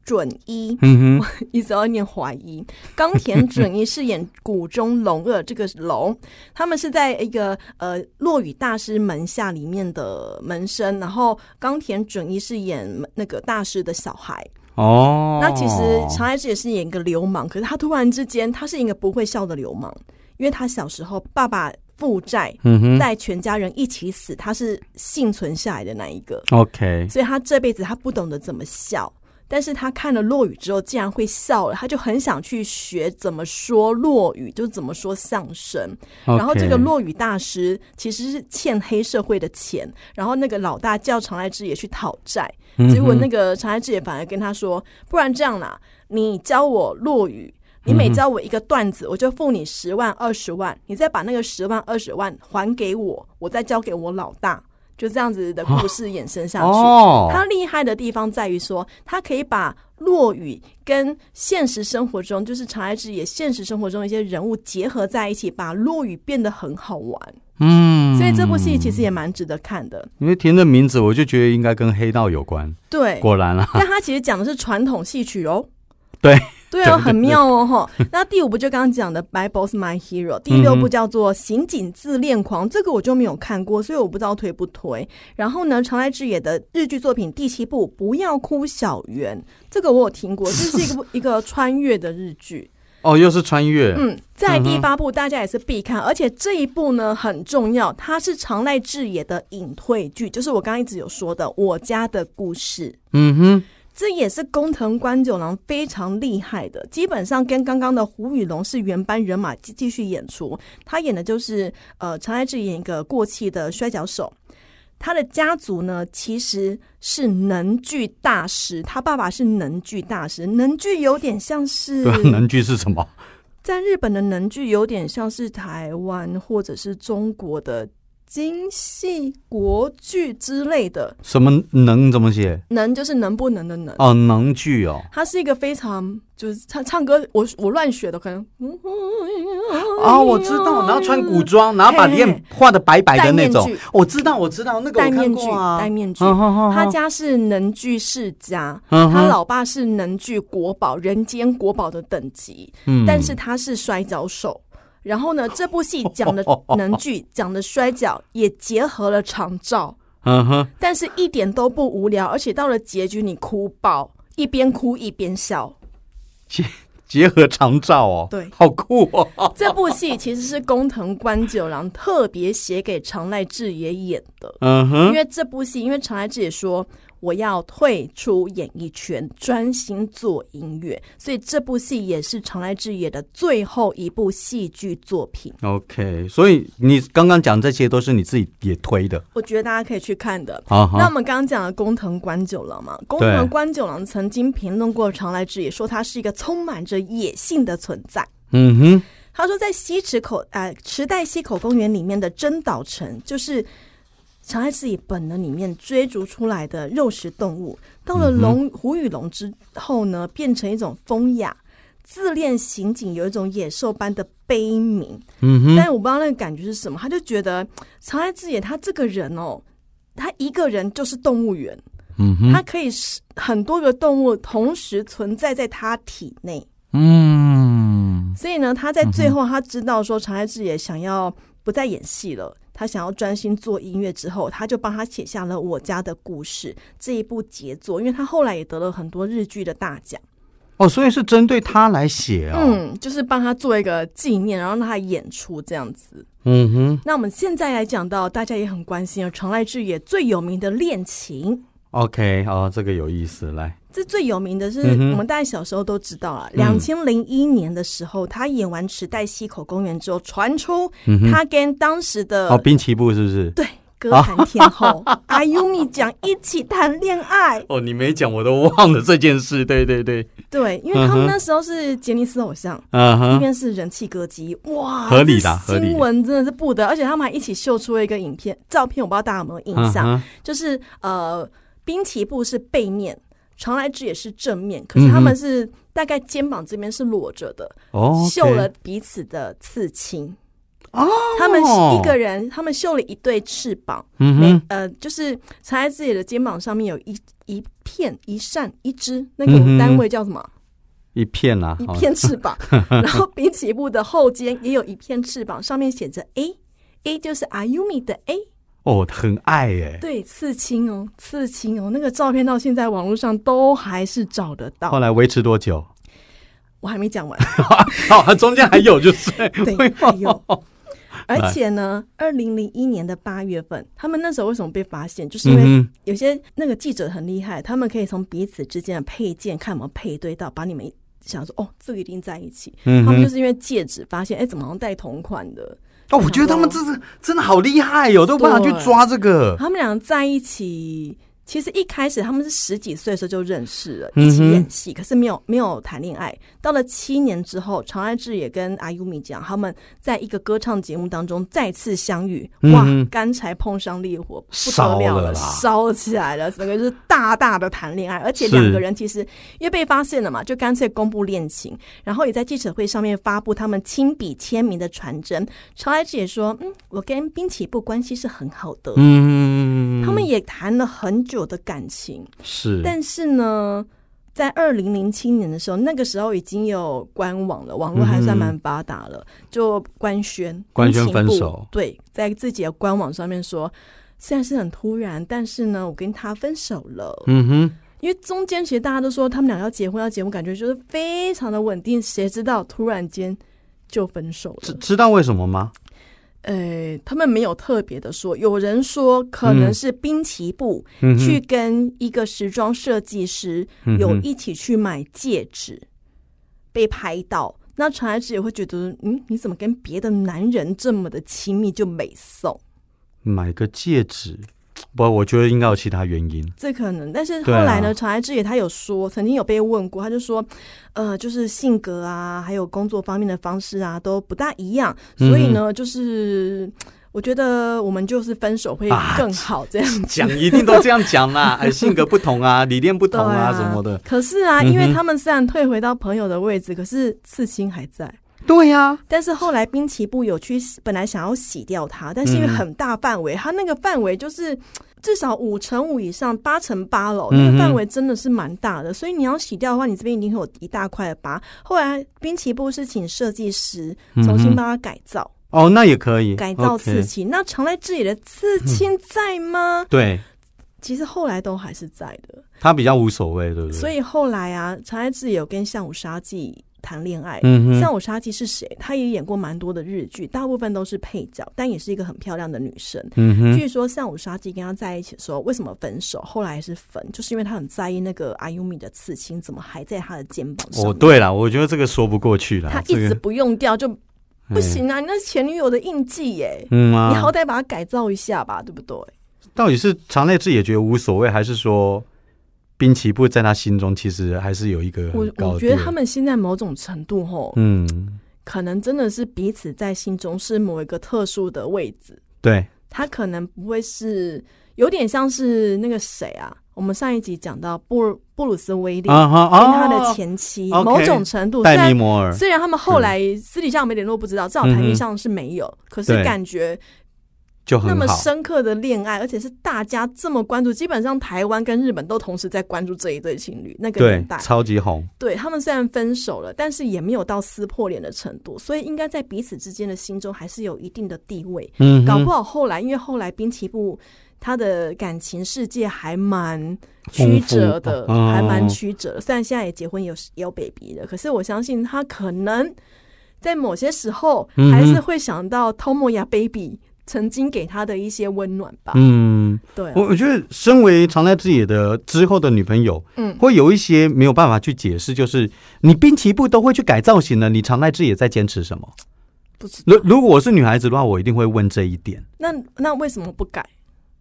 B: 准一，
A: 嗯哼，
B: 一直要念华裔。冈田准一饰演谷中龙二这个龙，他们是在一个呃落雨大师门下里面的门生，然后冈田准一是演那个大师的小孩。
A: 哦，
B: 那其实长爱之也是演一个流氓，可是他突然之间他是一个不会笑的流氓，因为他小时候爸爸负债。
A: 嗯哼
B: 带全家人一起死，他是幸存下来的那一个。
A: ，OK，
B: 所以他这辈子他不懂得怎么笑，但是他看了落雨之后竟然会笑了，他就很想去学怎么说落雨，就怎么说相声。然后这个落雨大师其实是欠黑社会的钱，然后那个老大叫常来之也去讨债，结果那个常来之也反而跟他说，不然这样啦，你教我落雨。你每教我一个段子，我就付你十万二十万，你再把那个十万二十万还给我，我再交给我老大，就这样子的故事衍生下去。
A: 哦，
B: 它厉害的地方在于说，它可以把落雨跟现实生活中，就是长爱之也现实生活中一些人物结合在一起，把落雨变得很好玩。
A: 嗯，
B: 所以这部戏其实也蛮值得看的。
A: 因为听这名字，我就觉得应该跟黑道有关，
B: 对，
A: 果然啦，
B: 但它其实讲的是传统戏曲哦。
A: 对。对
B: 对
A: 对
B: 哦，很妙哦吼。那第五部就刚刚讲的《My Boss My Hero》，第
A: 嗯
B: 六部叫做《刑警自恋狂》，这个我就没有看过，所以我不知道推不推。然后呢，长濑智也的日剧作品第七部《不要哭小圆》，这个我有听过，这是一个一个穿越的日剧。
A: 哦，又是穿越，
B: 嗯，在第八部大家也是必看，而且这一部呢很重要，它是长濑智也的隐退剧，就是我刚刚一直有说的《我家的故事》。
A: 嗯哼，
B: 这也是工藤官九郎非常厉害的，基本上跟刚刚的胡宇龙是原班人马继继续演出。他演的就是呃，长爱智演一个过气的摔跤手，他的家族呢其实是能剧大师，他爸爸是能剧大师，能剧有点像是
A: 对啊，能剧是什么？
B: 在日本的能剧有点像是台湾或者是中国的京戏、国剧之类的，
A: 什么能怎么写？
B: 能就是能不能的能。
A: 哦，能剧哦，
B: 他是一个非常就是唱唱歌，我我乱学的，可能哎
A: 哦，我知道，然后穿古装，然后把
B: 嘿
A: 脸画的白白的那
B: 戴
A: 种
B: 面具，
A: 我知道，我知道，那个
B: 戴
A: 我看
B: 面具
A: 过，啊
B: 戴。面具。
A: 嗯哼哼
B: 他
A: 哼
B: 家是能剧世家，
A: 嗯
B: 他
A: 哼
B: 老爸是能剧国宝、人间国宝的等级，
A: 嗯
B: 但是他是摔跤手。然后呢，这部戏讲 的能剧，讲的摔跤，也结合了长照，
A: 嗯哼，
B: 但是一点都不无聊，而且到了结局你哭爆，一边哭一边笑。
A: 结合长照哦，
B: 对
A: 好酷哦，
B: 这部戏其实是工藤官九郎特别写给长濑智也演的，
A: 嗯
B: 因
A: 哼，
B: 为这部戏，因为长濑智也说我要退出演艺圈，专心做音乐，所以这部戏也是长濑智也的最后一部戏剧作品。
A: OK，所以你刚刚讲这些都是你自己也推的，
B: 我觉得大家可以去看的。
A: 啊
B: 那我
A: 哈，
B: 们刚刚讲了工藤官九郎嘛，工
A: 对
B: 藤官九郎曾经评论过长濑智也，说他是一个充满着野性的存在。
A: 嗯哼，
B: 他说，在西池口呃池袋西口公园里面的真岛城，就是长爱自己本能里面追逐出来的肉食动物，到了
A: 嗯
B: 龙虎与龙之后呢，变成一种风雅。自恋刑警有一种野兽般的悲悯，
A: 嗯哼，
B: 但我不知道那个感觉是什么。他就觉得长爱自己他这个人哦，他一个人就是动物园，
A: 嗯哼，
B: 他可以是很多个动物同时存在在他体内。
A: 嗯，
B: 所以呢，他在最后他知道说常爱智也想要不再演戏了，他想要专心做音乐之后，他就帮他写下了《我家的故事》这一部杰作，因为他后来也得了很多日剧的大奖。
A: 哦，所以是针对他来写哦，
B: 嗯，就是帮他做一个纪念，然后让他演出这样子。
A: 嗯哼
B: 那我们现在来讲到大家也很关心的常濑智也最有名的恋情。
A: ，OK，哦，这个有意思，来，
B: 这最有名的是，
A: 嗯哼
B: 我们大家小时候都知道了。两
A: 嗯
B: 千零一年的时候，他演完《池袋西口公园》之后，传出
A: 嗯哼，
B: 他跟当时的
A: 哦，滨崎步是不是？
B: 对，歌坛天后阿优米讲一起谈恋爱。
A: 哦，你没讲我都忘了这件事，对对对，
B: 对，因
A: 嗯
B: 为他们
A: 哼
B: 那时候是杰尼斯偶像，
A: 嗯
B: 一
A: 哼，嗯
B: 边是人气歌姬，哇，
A: 合理啦
B: 这
A: 合理
B: 新闻真的是不得，而且他们还一起秀出了一个影片照片，我不知道大家有没有印象，
A: 嗯哼
B: 就是呃，滨崎步是背面。长来之也是正面，可是他
A: 嗯
B: 们是大概肩膀这边是裸着的，
A: 哦，OK，
B: 秀了彼此的刺青。哦，他们是一个人，他们秀了一对翅膀，
A: 嗯
B: 每
A: 哼，
B: 呃，就是插在自己的肩膀上面有一一片、一扇、一只，那个单位叫什么？
A: 一片啦、
B: 一
A: 嗯哦
B: 片 翅膀，然后滨崎步的后肩也有一片翅膀，上面写着 A，A 就是 Ayumi 的 A，
A: 哦，很爱耶。
B: 对，刺青哦，刺青哦，那个照片到现在网络上都还是找得到
A: 后。来维持多久？
B: 我还没讲完，
A: 好、哦，中间还有就是， 哦
B: 对，哎还有。
A: 哎
B: 而且呢，二零零一年的八月份，他们那时候为什么被发现？就是因为
A: 嗯哼，
B: 有些那个记者很厉害，他们可以从彼此之间的配件看有没有配对到，把你们想说哦，这个一定在一起。
A: 嗯
B: 他们就
A: 哼，
B: 是因为戒指发现，哎，怎么好像戴同款的？
A: 哦，我觉得他们真是真的好厉害哦，都有办法去
B: 对
A: 抓这个。
B: 他们俩在一起，其实一开始他们是十几岁的时候就认识了，
A: 嗯哼
B: 一起演戏，可是没有没有谈恋爱。到了七年之后，长爱智也跟阿优米讲，他们在一个歌唱节目当中再次相遇，
A: 嗯
B: 哇
A: 哼，
B: 干柴碰上烈火，不
A: 烧
B: 得了啊
A: 了啦
B: 烧起来了，整个就是大大的谈恋爱，而且
A: 是
B: 两个人其实因为被发现了嘛，就干脆公布恋情，然后也在记者会上面发布他们亲笔签名的传真。长爱智也说，嗯，我跟滨崎步关系是很好的，
A: 嗯，
B: 他们也谈了很久的感情，
A: 是，
B: 但是呢，在二零零七年的时候，那个时候已经有官网了，网络还算蛮发达了，就官宣
A: 官宣分手，
B: 婚庆部对，在自己的官网上面说。虽然是很突然，但是呢，我跟他分手了。
A: 嗯哼，
B: 因为中间其实大家都说他们俩要结婚，要结婚，感觉就是非常的稳定。谁知道突然间就分手
A: 知
B: 了？
A: 知道为什么吗？
B: 呃，他们没有特别的说，有人说可能是滨崎步
A: 嗯嗯哼
B: 去跟一个时装设计师
A: 嗯哼
B: 有一起去买戒指，被拍到。那传来之也会觉得，嗯，你怎么跟别的男人这么的亲密就美送？
A: 买个戒指，不，我觉得应该有其他原因。
B: 这可能，但是后
A: 对啊
B: 来呢？传来之也他有说，曾经有被问过，他就说，呃，就是性格啊，还有工作方面的方式啊，都不大一样，所以
A: 嗯
B: 呢，就是我觉得我们就是分手会
A: 啊
B: 更好这样子。
A: 讲一定都这样讲啦， 哎，性格不同啊，理念不同啊，什么的。
B: 可是啊，
A: 嗯哼
B: 因为他们虽然退回到朋友的位置，可是刺青还在。
A: 对啊呀、
B: 但是后来滨崎步有去洗，本来想要洗掉它，但是因为很大范围，它那个范围就是嘖至少五乘五以上，八乘八了，那
A: 嗯哼
B: 个范围真的是蛮大的。所以你要洗掉的话，你这边一定会有一大块的疤。后来滨崎步是请设计师重新帮他改造，
A: 哦，那也可以
B: 改造
A: OK
B: 刺青。那常在这里的刺青在吗？
A: 对
B: 其实后来都还是在的。
A: 他比较无所谓，对不对？
B: 所以后来啊，常在志有跟相武沙纪谈恋爱。
A: 嗯哼，
B: 像我沙纪是谁？她也演过蛮多的日剧，大部分都是配角，但也是一个很漂亮的女生。
A: 嗯哼，
B: 据说像我沙纪跟她在一起的时候，为什么分手？后来是分，就是因为她很在意那个阿优米的刺青怎么还在她的肩膀上
A: 哦，
B: 面，
A: 对了，我觉得这个说不过去了，
B: 她
A: 这
B: 一直
A: 个
B: 不用掉就不
A: 哎
B: 行啊！你那前女友的印记耶、
A: 嗯啊，
B: 你好歹把它改造一下吧，对不对？
A: 到底是长内智也觉得无所谓，还是说滨崎步在他心中其实还是有一个
B: 我
A: 很高的
B: 我觉得
A: 地位
B: 他们现在某种程度吼，
A: 嗯，
B: 可能真的是彼此在心中是某一个特殊的位置。
A: 对，
B: 他可能不会是有点像是那个谁啊？我们上一集讲到布鲁布鲁斯威利、
A: 啊哈，
B: 跟
A: 哦，
B: 他的前妻，
A: OK
B: 某种程度虽
A: 戴
B: 然
A: 米摩尔，嗯
B: 虽然他们后来私底下有没联络不知道，至少台面上是没有，可是
A: 对
B: 感觉
A: 就
B: 那
A: 很
B: 么
A: 好，
B: 深刻的恋爱，而且是大家这么关注，基本上台湾跟日本都同时在关注这一对情侣那个
A: 对
B: 年，代，
A: 超级红，
B: 对他们虽然分手了，但是也没有到撕破脸的程度，所以应该在彼此之间的心中还是有一定的地位。
A: 嗯哼，
B: 搞不好后来，因为后来滨崎步他的感情世界还蛮曲折的，
A: 丰富哦
B: 还蛮曲折的。虽然现在也结婚有有 baby 了，可是我相信他可能在某些时候
A: 嗯哼
B: 还是会想到 Tomoya baby 曾经给他的一些温暖吧。
A: 嗯，
B: 对、啊
A: 我，我觉得身为常在志野的之后的女朋友，
B: 嗯
A: 会有一些没有办法去解释，就是你滨崎步都会去改造型了，你常在志野在坚持什么？
B: 不知道
A: 如如果我是女孩子的话，我一定会问这一点。
B: 那那为什么不改？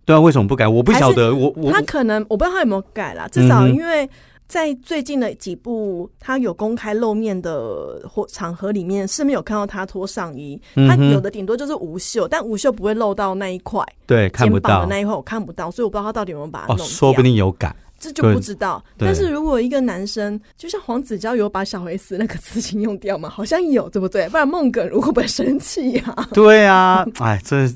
A: 对啊，为什么不改？我不晓得，我我
B: 他
A: 我
B: 可能我不知道他有没有改啦，至
A: 嗯
B: 少
A: 哼
B: 因为在最近的几部他有公开露面的或场合里面是没有看到他脱上衣，
A: 嗯
B: 他
A: 哼
B: 有的顶多就是无袖，但无袖不会露到那一块
A: 对看
B: 肩
A: 不
B: 膀的
A: 到
B: 那一块，我看不到，所以我不知道他到底有没有把它
A: 哦，
B: 弄
A: 说不
B: 掉。
A: 定有 改。
B: 这就
A: 对
B: 不知道，
A: 对
B: 但是如果一个男生，就像黄子佼有把小黑丝那个 刺青用掉嘛，好像有，对不对？不然梦梗如果不会生气呀、
A: 对啊，哎，这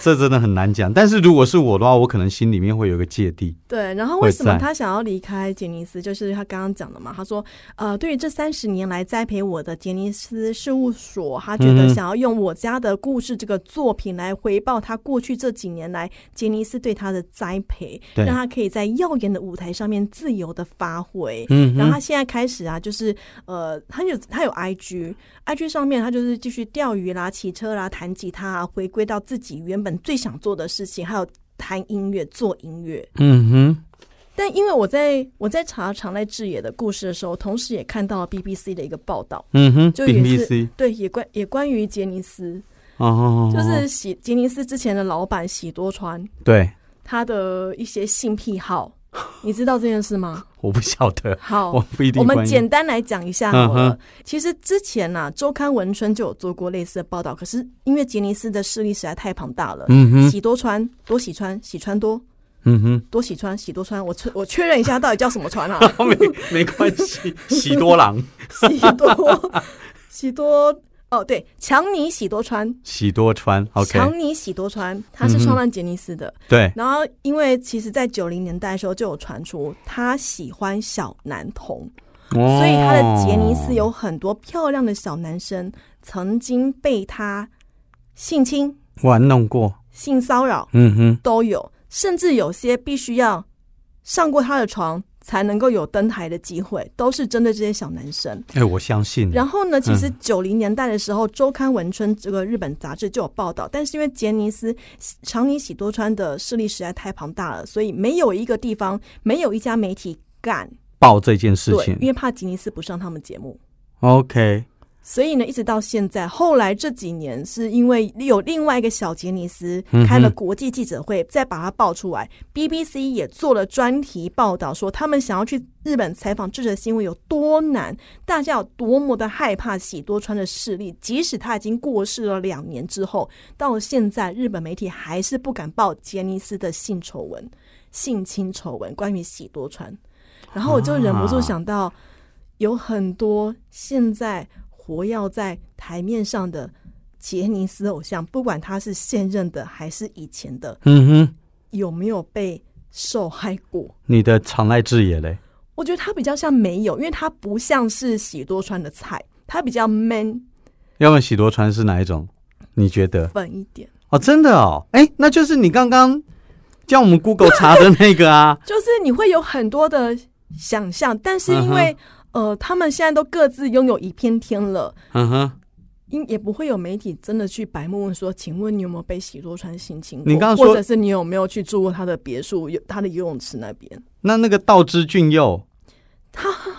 A: 这真的很难讲。但是如果是我的话，我可能心里面会有一个芥蒂。
B: 对，然后为什么
A: 会在
B: 他想要离开杰尼斯？就是他刚刚讲的嘛，他说，呃，对于这三十年来栽培我的杰尼斯事务所，他觉得
A: 嗯哼
B: 想要用我家的故事这个作品来回报他过去这几年来杰尼斯对他的栽培，
A: 对
B: 让他可以在耀眼的舞台上面自由的发挥。
A: 嗯
B: 然后他
A: 哼，
B: 现在开始啊，就是呃，他有他有 IG，IG 上面他就是继续钓鱼啦、骑车啦、弹吉他啊，回归到自己原本最想做的事情，还有弹音乐、做音乐。
A: 嗯哼，
B: 但因为我在我在查长濑智也的故事的时候，同时也看到了 BBC 的一个报道，
A: 嗯哼
B: 就也是
A: ，BBC，
B: 对，也关也关于杰尼斯，
A: 哦哦，哦
B: 就是喜杰尼斯之前的老板喜多川
A: 对，
B: 他的一些性癖 好，你知道这件事吗？
A: 我不晓得，
B: 好，
A: 我不一定
B: 哦我们
A: 关心
B: 简单来讲一下好
A: 嗯
B: 了。
A: 哼
B: 其实之前呐、周刊文春就有做过类似的报道，可是因为杰尼斯的势力实在太庞大了，
A: 嗯哼，
B: 喜多川、多喜川、喜川多、
A: 嗯 哼。
B: 多喜川、喜多川，我确我确认一下到底叫什么川啊？
A: 没没关 系，喜多郎，
B: 喜多喜多哦，对，强尼喜多川，
A: 喜多川，OK，
B: 强尼喜多川，他是创办杰尼斯的。
A: 对，
B: 然后，因为其实，在九零年代的时候就有传出他喜欢小男童，
A: 哦
B: 哦所以他的杰尼斯有很多漂亮的小男生曾经被他性侵、
A: 玩弄过，
B: 性骚扰
A: 嗯哼，
B: 都有，甚至有些必须要上过他的床才能够有登台的机会，都是针对这些小男生。
A: 哎，我相信，
B: 然后呢，其实九零年代的时候，周刊文春这个日本杂志就有报道，但是因为杰尼斯长尼喜多川的势力实在太庞大了，所以没有一个地方，没有一家媒体敢
A: 报这件事
B: 对，因
A: 情
B: 为怕吉尼斯不上他们节目。
A: ，OK，
B: 所以呢，一直到现在，后来这几年是因为有另外一个小杰尼斯
A: 嗯哼
B: 开了国际记者会，再把它爆出来。BBC 也做了专题报道，说他们想要去日本采访智者新闻有多难，大家有多么的害怕喜多川的势力。即使他已经过世了两年之后，到了现在，日本媒体还是不敢报杰尼斯的性丑闻、性侵丑闻，关于喜多川。然后我就忍不
A: 啊
B: 住想到。有很多现在活跃在台面上的杰尼斯偶像，不管他是现任的还是以前的，
A: 嗯哼，
B: 有没有被受害过？
A: 你的常濑智也嘞，
B: 我觉得他比较像没有，因为他不像是喜多川的菜，他比较 man
A: 要问喜多川是哪一种？你觉得？
B: 粉一点。，
A: 哦，真的哦，哎，那就是你刚刚叫我们 Google 查的那个啊
B: 就是你会有很多的想象，但是因为、呃，他们现在都各自拥有一片天了。
A: 嗯哼，
B: 因也不会有媒体真的去白目问说，请问你有没有被喜多川性侵过？
A: 你刚刚说
B: 或者是你有没有去住过他的别墅、有他的游泳池那边？
A: 那那个道之俊佑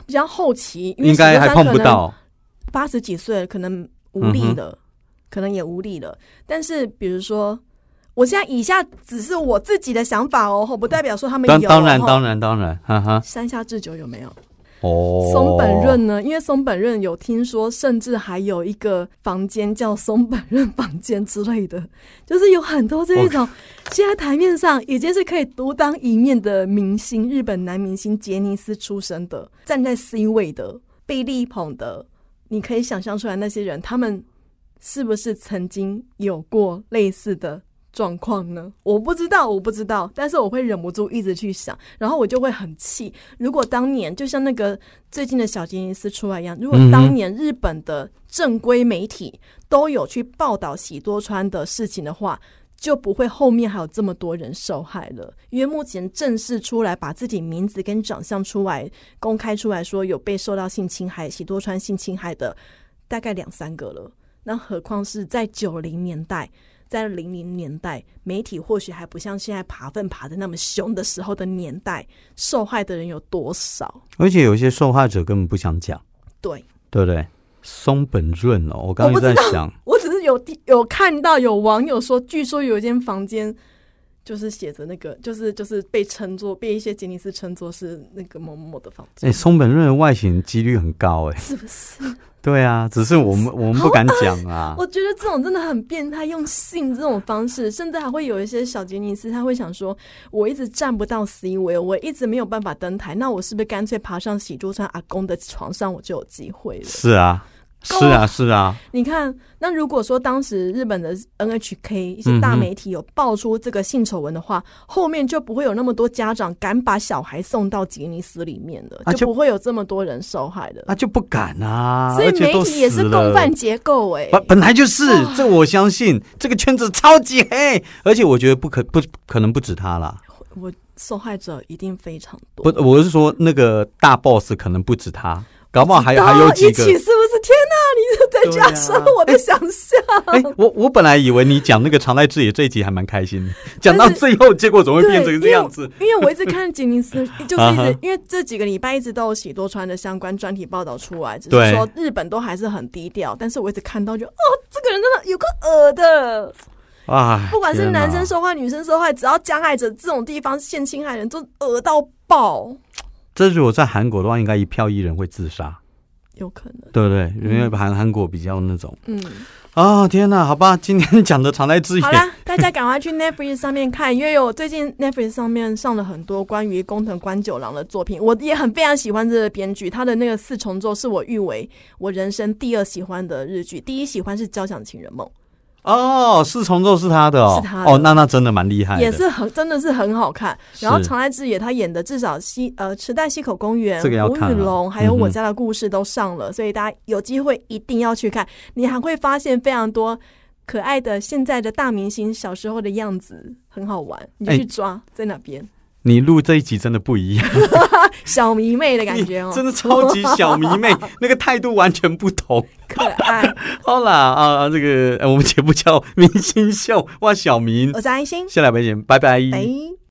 B: 比较后期，因为
A: 应该还碰不，到，嗯
B: 八十几岁了可能无力了，可能也无力了。但是比如说，我现在以下只是我自己的想法哦，吼不代表说他们有、
A: 当
B: 哦。
A: 当然
B: 吼
A: 当然当然，哈哈，
B: 山下智久有没有？
A: 哦，
B: 松本，润呢？因为松本润有听说，甚至还有一个房间叫松本润房间之类的， 就是有很多这一种。现在台面上已经是可以独当一面的明星，日本男明星杰尼斯出身的，站在 C 位的，被力捧的，你可以想象出来那些人，他们是不是曾经有过类似的状况呢？我不知道，我不知道，但是我会忍不住一直去想，然后我就会很气。如果当年就像那个最近的小杰尼斯出来一样，如果
A: 嗯哼
B: 当年日本的正规媒体都有去报道喜多川的事情的话。就不会后面还有这么多人受害了，因为目前正式出来把自己名字跟长相出来公开出来说有被受到性侵害、喜多川性侵害的，大概两三个了。那何况是在九零年代，在零零年代，媒体或许还不像现在爬粪爬的那么凶的时候的年代，受害的人有多少？
A: 而且有些受害者根本不想讲，
B: 对
A: 对不对？松本润哦，我刚刚一直在想，
B: 我只是有听有看到有网友说，据说有一间房间。就是写着那个，就是就是被称作被一些杰尼斯称作是那个某某某的房
A: 哎、
B: 间，
A: 松本润的外形几率很高哎、
B: 是不是？
A: 对啊，只是我们我们不敢讲啊。
B: 我觉得这种真的很变态，用性这种方式，甚至还会有一些小杰尼斯，他会想说，我一直站不到 C 位，我一直没有办法登台，那我是不是干脆爬上喜多川阿公的床上，我就有机会了？
A: 是啊，是啊，是啊，
B: 你看，那如果说当时日本的 NHK 一些大媒体有爆出这个性丑闻的话，后面就不会有那么多家长敢把小孩送到吉尼斯里面了，
A: 啊就
B: 就不会有这么多人受害了。
A: 啊就不敢啊，
B: 所以
A: 而且
B: 媒
A: 都
B: 体也是
A: 死
B: 共
A: 了
B: 犯结构哎、
A: 本本来就是，这我相信这个圈子超级黑，而且我觉得不可不可能不止他啦，
B: 我受害者一定非常多。
A: 不，我是说那个大 boss 可能不止他，搞不好哦还有还有
B: 一
A: 几
B: 起
A: 个啊
B: 是不。是？天哪、你是在加深我的想象。
A: 哎，我我本来以为你讲那个常在志野这一集还蛮开心 的，讲到最后结果怎么会
B: 对，
A: 变成这样子？
B: 因为我。因为我一直看吉尼 斯，就是一
A: 啊
B: 直
A: 哈
B: 因为这几个礼拜一直都有喜多川的相关专题报道出来，只
A: 对
B: 是说日本都还是很低调，但是我一直看到就哦，这个人真的有个恶的，
A: 啊，
B: 不管是男
A: 天
B: 生
A: 哪
B: 受害、女生受害，只要加害者这种地方性侵害人都恶到爆，
A: 这如果在韩国的话，应该一票一人会自杀，
B: 有可能，
A: 对不对？因为韩韩国比较那种
B: 嗯。
A: 啊，天哪，好吧，今天讲的常在志野
B: 好啦，大家赶快去 Netflix 上面看，因为我最近 Netflix 上面上了很多关于工藤官九郎的作品，我也很非常喜欢这个编剧，他的那个《四重奏》是我誉为我人生第二喜欢的日剧，第一喜欢是《交响情人梦
A: 哦，四重奏是他的哦，
B: 是他的
A: 哦，那那真的蛮厉害》，的，
B: 也是很真的是很好看。
A: 是
B: 然后长濑智也他演的至少西呃池袋西口公园、
A: 这个要
B: 吴
A: 看啊嗯
B: 雨龙还有
A: 嗯哼
B: 我家的故事都上了，所以大家有机会一定要去看，你还会发现非常多。可爱的现在的大明星小时候的样子很好玩，你就
A: 哎
B: 去抓、在哪边。
A: 你录这一集真的不一样，
B: 小迷妹的感觉哦
A: 你， 真的超级小迷 妹，那个态度完全不同。
B: 可爱。
A: 好啦，啊，这个呃我们节目叫《明星秀》，哇，小明，
B: 我是安心，
A: 下来拜见，拜拜。
B: 拜。